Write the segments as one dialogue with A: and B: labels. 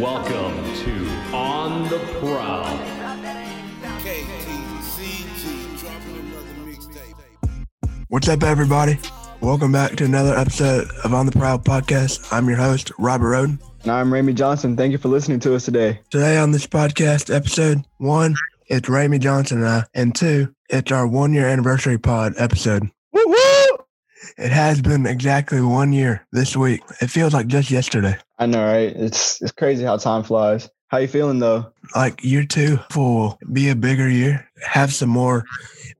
A: Welcome to On the Prowl.
B: KTCG dropping another mixtape.
C: What's up, everybody? Welcome back to another episode of On the Prowl podcast. I'm your host, Robert Roden.
D: And I'm Ramey Johnson. Thank you for listening to us today.
C: Today on this podcast, episode one, it's Ramey Johnson and I, and two, it's our one year anniversary pod episode. Woo woo! It has been exactly one year this week. It feels like just yesterday.
D: I know, right? It's it's crazy how time flies. How you feeling though?
C: Like year two will be a bigger year, have some more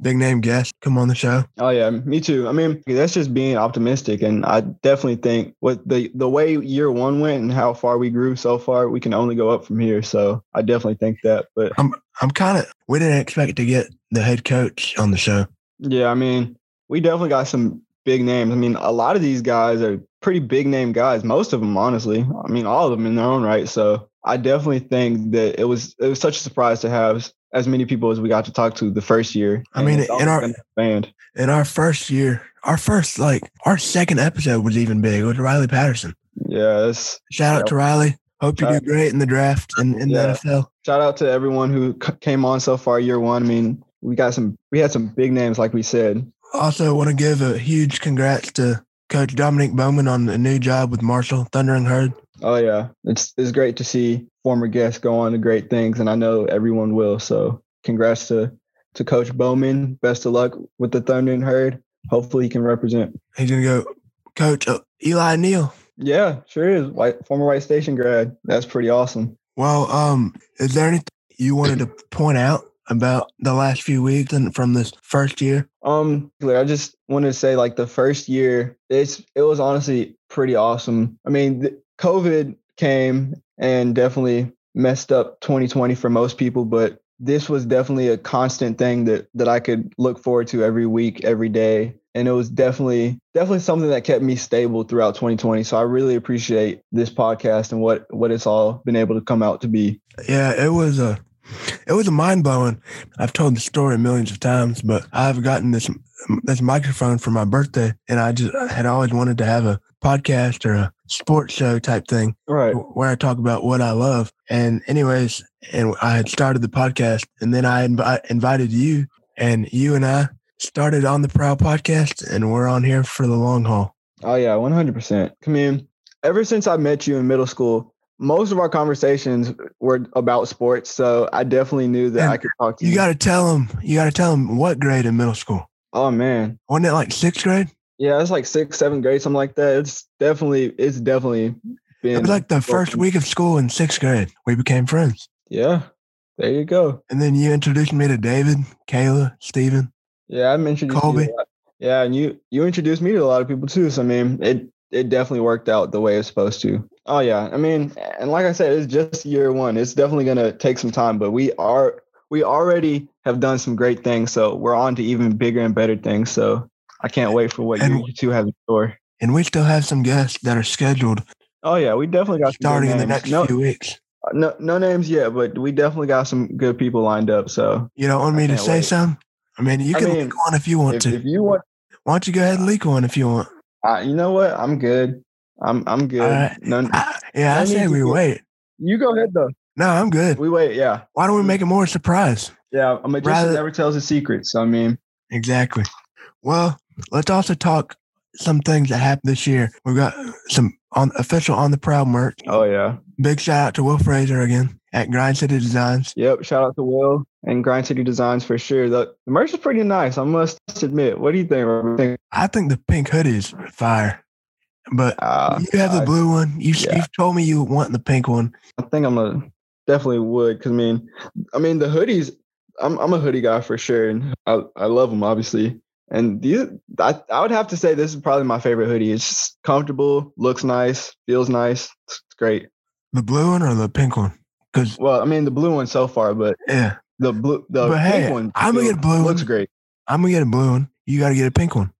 C: big name guests come on the show.
D: Oh yeah, me too. I mean, that's just being optimistic, and I definitely think with the the way year one went and how far we grew so far, we can only go up from here. So I definitely think that. But
C: I'm kind of, we didn't expect to get the head coach on the show.
D: yeah, I mean, we definitely got some big names. I mean, a lot of these guys are pretty big name guys. Most of them, honestly. I mean, all of them in their own right. So I definitely think that it was it was such a surprise to have as many people as we got to talk to the first year.
C: I mean,
D: it's
C: in
D: always
C: our-
D: gonna expand.
C: In our first year, our first like our second episode was even big with Riley Patterson.
D: Yeah, that's,
C: Shout out to Riley. Hope you do great in the draft and in
D: Yeah.
C: the NFL.
D: shout out to everyone who c- came on so far year one. I mean, we got some we had some big names like we said.
C: Also, want to give a huge congrats to Coach Dominic Bowman on the new job with Marshall Thundering Herd.
D: Oh yeah, it's it's great to see former guests go on to great things, and I know everyone will. So congrats to to Coach Bowman. Best of luck with the Thunder and Herd. Hopefully he can represent.
C: He's gonna go, Coach uh, Eli Neal.
D: Yeah, sure is. White former White Station grad. That's pretty awesome.
C: Well, um, is there anything you wanted to point out about the last few weeks and from this first year?
D: Um, like, I just wanted to say like the first year, it's it was honestly pretty awesome. I mean, th- COVID came and definitely messed up 2020 for most people, but this was definitely a constant thing that that I could look forward to every week, every day, and it was definitely definitely something that kept me stable throughout 2020. So I really appreciate this podcast and what what it's all been able to come out to be.
C: Yeah, it was a it was a mind blowing. I've told the story millions of times, but I've gotten this this microphone for my birthday, and I just had always wanted to have a podcast or a sports show type thing
D: Right.
C: where I talk about what I love. And anyways, and I had started the podcast, and then I invi- invited you, and you and I started on the Proud podcast, and we're on here for the long haul.
D: Oh yeah, one hundred percent. I mean, ever since I met you in middle school, most of our conversations were about sports. So I definitely knew that I
C: And
D: could talk to you.
C: You got to tell them. You got to tell them what grade in middle school.
D: oh man,
C: Wasn't it like sixth grade?
D: yeah, it's like sixth, seventh grade, something like that. It's definitely, it's definitely
C: It
D: been
C: was like the first week of school in sixth grade. We became friends.
D: Yeah, there you go.
C: And then you introduced me to David, Kayla, Steven.
D: Yeah, I mentioned
C: Colby.
D: Yeah, and you you introduced me to a lot of people too. So I mean, it it definitely worked out the way it's supposed to. Oh yeah, I mean, and like I said, it's just year one. It's definitely gonna take some time, but we are we already have done some great things. So we're on to even bigger and better things. So I can't wait for what
C: And-
D: you two have in store.
C: And we still have some guests that are scheduled
D: Oh yeah, we definitely got some good
C: starting in the
D: names.
C: next
D: no,
C: few weeks.
D: no no names yet, but we definitely got some good people lined up. So
C: You don't want
D: I
C: me to
D: can't
C: say
D: wait.
C: some? I mean, you
D: I
C: can
D: mean,
C: leak one if you want
D: if,
C: to.
D: if you want,
C: Why don't you go ahead and leak one if you want?
D: I, you know what, I'm good. I'm I'm good.
C: right.
D: None,
C: I- yeah,
D: I
C: I,
D: need
C: say
D: to
C: we
D: go-
C: wait.
D: you go ahead though.
C: No, I'm good.
D: We wait. Yeah.
C: Why don't we make it more a surprise?
D: Yeah, a magician
C: Rather-
D: never tells his secrets. So, I mean,
C: Exactly. Well, let's also talk some things that happened this year. We've got some on official on the proud merch.
D: oh yeah,
C: Big shout out to Will Fraser again at Grind City Designs.
D: yep. Shout out to Will and Grind City Designs for sure. The, the merch is pretty nice. I must admit. What do you think? Robert?
C: I think the pink hoodie is fire, but
D: Uh,
C: you have the
D: I-
C: blue one. You
D: yeah.
C: you've told me you want the pink one.
D: I think I'm a definitely would because I mean, I mean the hoodies. I'm I'm a hoodie guy for sure, and I I love them obviously. And these, I I would have to say this is probably my favorite hoodie. It's just comfortable, looks nice, feels nice. It's great.
C: The blue one or the pink one? Because
D: Well, I mean the blue one so far, but
C: yeah,
D: the blue the
C: But hey,
D: pink one
C: I'ma
D: still
C: get blue
D: looks
C: one.
D: great.
C: I'm gonna get a blue one. You got to get a pink one.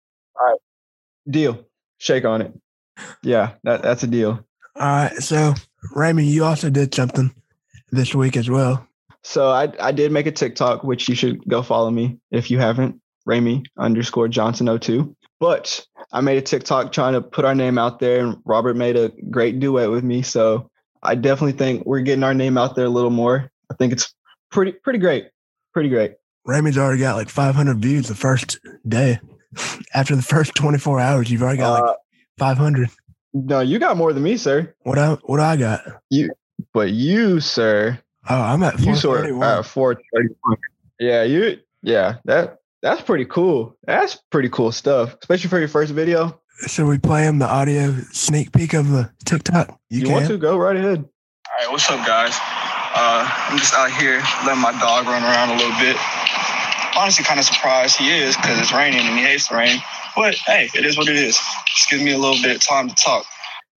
D: Deal. Shake on it. Yeah, that, that's a deal.
C: All right. So Raymond, you also did something this week as well.
D: So I I did make a TikTok, which you should go follow me if you haven't. Ramey underscore Johnson 02. But I made a TikTok trying to put our name out there, and Robert made a great duet with me. So I definitely think we're getting our name out there a little more. I think it's pretty pretty great. Pretty great.
C: Raymond's already got like 500 views the first day. After the first 24 hours, you've already got like
D: Uh,
C: 500.
D: no, you got more than me, sir.
C: What I what I got?
D: But you, sir,
C: Oh, I'm at
D: you sort of
C: 431.
D: uh, four thirty. Yeah, you. Yeah, that that's pretty cool. That's pretty cool stuff, especially for your first video.
C: Should we play him the audio sneak peek of the TikTok?
D: You, want to go right ahead.
E: All right, what's up, guys? Uh, I'm just out here letting my dog run around a little bit. Honestly, kind of surprised he is because it's raining and he hates the rain. But hey, it is what it is. Just gives me a little bit of time to talk.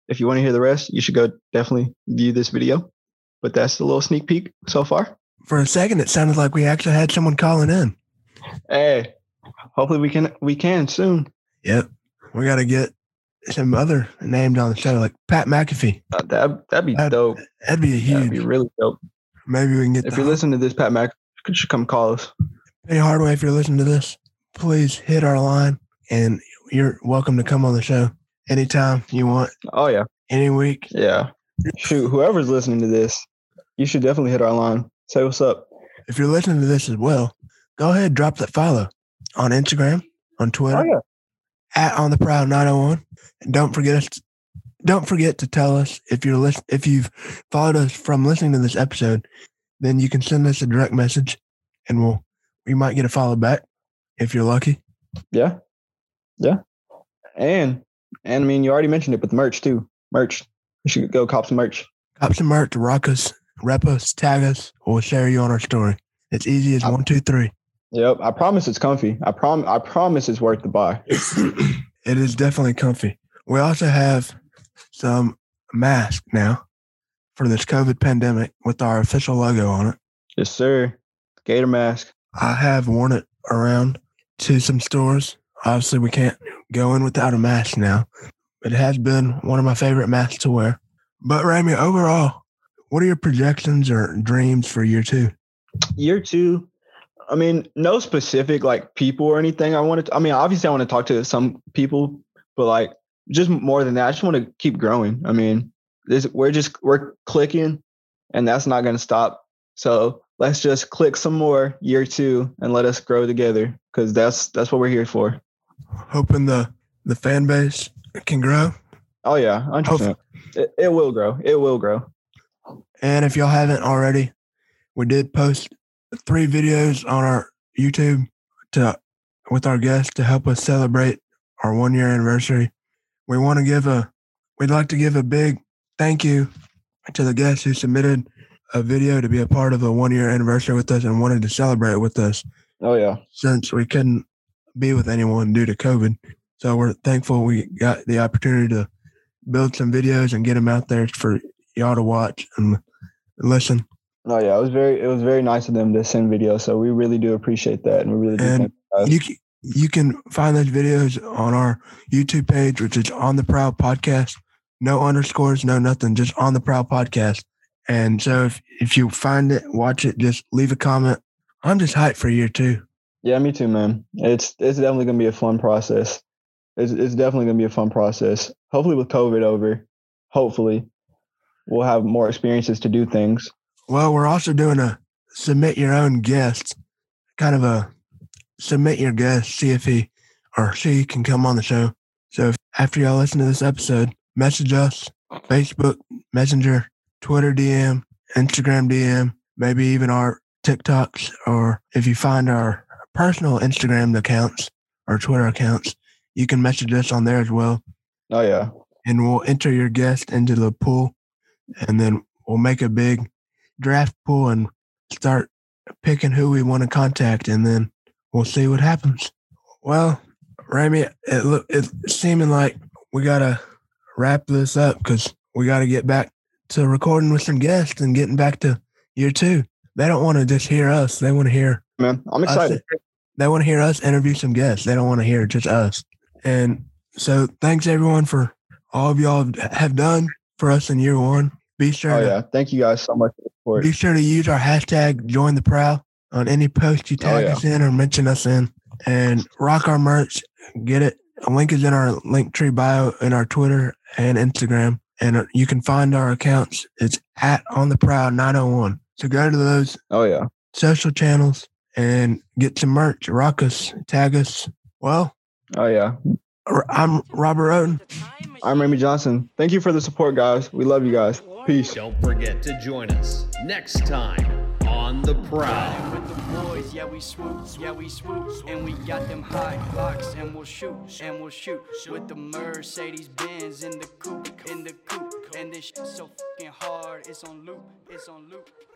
D: If you want to hear the rest, you should go definitely view this video. But that's the little sneak peek so far.
C: For a second, it sounded like we actually had someone calling in.
D: Hey, hopefully we can we can soon.
C: Yep. We got to get some other named on the show, like Pat McAfee.
D: Uh, that that'd be
C: That'd-
D: dope.
C: That'd be a
D: That'd
C: huge.
D: be really dope.
C: Maybe we can get
D: If
C: the
D: you listen to this, Pat Mac you should come call us.
C: Penny Hardaway. If you're listening to this, please hit our line, and you're welcome to come on the show anytime you want,
D: Oh yeah,
C: any week.
D: yeah. Shoot, whoever's listening to this, you should definitely hit our line. Say what's up.
C: If you're listening to this as well, go ahead drop that follow on Instagram, on Twitter.
D: Oh yeah.
C: at on the proud 901 and don't forget us don't forget to tell us if you're list, if you've followed us from listening to this episode then you can send us a direct message and we'll we might get a follow back if you're lucky
D: Yeah. Yeah. And and I mean you already mentioned it, but the merch too. Merch. You should go cop some merch.
C: cop some merch rock us rep us tag us or we'll share you on our story it's easy as one two three
D: Yep. I promise it's comfy. I prom I promise it's worth the buy.
C: it is definitely comfy we also have some mask now for this covid pandemic with our official logo on it
D: Yes, sir. Gator mask.
C: I have worn it around to some stores. Obviously, we can't go in without a mask now. It has been one of my favorite masks to wear. But Ramy, overall, what are your projections or dreams for year two?
D: Year two. I mean, no specific like people or anything. I wanted to, I mean, obviously I want to talk to some people, but like just more than that, I just want to keep growing. I mean, this we're just we're clicking and that's not gonna stop. So let's just click some more year two and let us grow together because that's that's what we're here for.
C: Hoping the the fan base can grow.
D: Oh yeah, 100%. It, it will grow. It will grow.
C: And if y'all haven't already, we did post three videos on our YouTube to with our guests to help us celebrate our one year anniversary. We want to give a we'd like to give a big thank you to the guests who submitted a video to be a part of the one year anniversary with us and wanted to celebrate with us
D: Oh yeah.
C: since we couldn't be with anyone due to COVID. So we're thankful we got the opportunity to build some videos and get them out there for y'all to watch and listen.
D: Oh yeah. It was very it was very nice of them to send videos. So we really do appreciate that. And we really do
C: And-
D: thank you guys.
C: You can, you can find those videos on our YouTube page, which is On the Proud Podcast. No underscores, no nothing, just On the Proud Podcast. And so if, if you find it, watch it, just leave a comment. I'm just hyped for year two.
D: Yeah, me too, man. It's it's definitely gonna be a fun process. It's it's definitely gonna be a fun process. Hopefully, with COVID over, hopefully, we'll have more experiences to do things.
C: Well, we're also doing a submit your own guest, kind of a submit your guest, see if he or she can come on the show. So if, after y'all listen to this episode, message us Facebook, Messenger, Twitter DM, Instagram DM, maybe even our TikToks, or if you find our personal Instagram accounts or Twitter accounts, you can message us on there as well
D: Oh yeah,
C: and we'll enter your guest into the pool and then we'll make a big draft pool and start picking who we want to contact and then we'll see what happens well Ramy, it look it's seeming like we gotta wrap this up because we gotta get back to recording with some guests and getting back to year two they don't want to just hear us they want to hear
D: man, I'm
C: us-
D: excited.
C: they want to hear us interview some guests. They don't want to hear just us. And so, thanks everyone for all of y'all have done for us in year one. Be sure,
D: Oh
C: to,
D: yeah, thank you guys so much for the support.
C: be sure to use our hashtag Join the Prowl on any post you tag
D: Oh, yeah.
C: us in or mention us in, and rock our merch. Get it. A link is in our link tree bio in our Twitter and Instagram. And uh, you can find our accounts. It's at On the Proud 901. So go to those
D: Oh yeah.
C: social channels and get some merch. Rock us, tag us. Well,
D: Oh yeah.
C: r- I'm Robert Roden.
D: I'm Remy Johnson. Thank you for the support, guys. We love you guys. Peace.
A: Don't forget to join us next time on the prowl.
F: with the boys, yeah we swoop, yeah we swoop, and we got them hot blocks, and we'll shoot, and we'll shoot with the Mercedes Benz in the coupe, in the coupe, and this shit so fucking hard, it's on loop, it's on loop.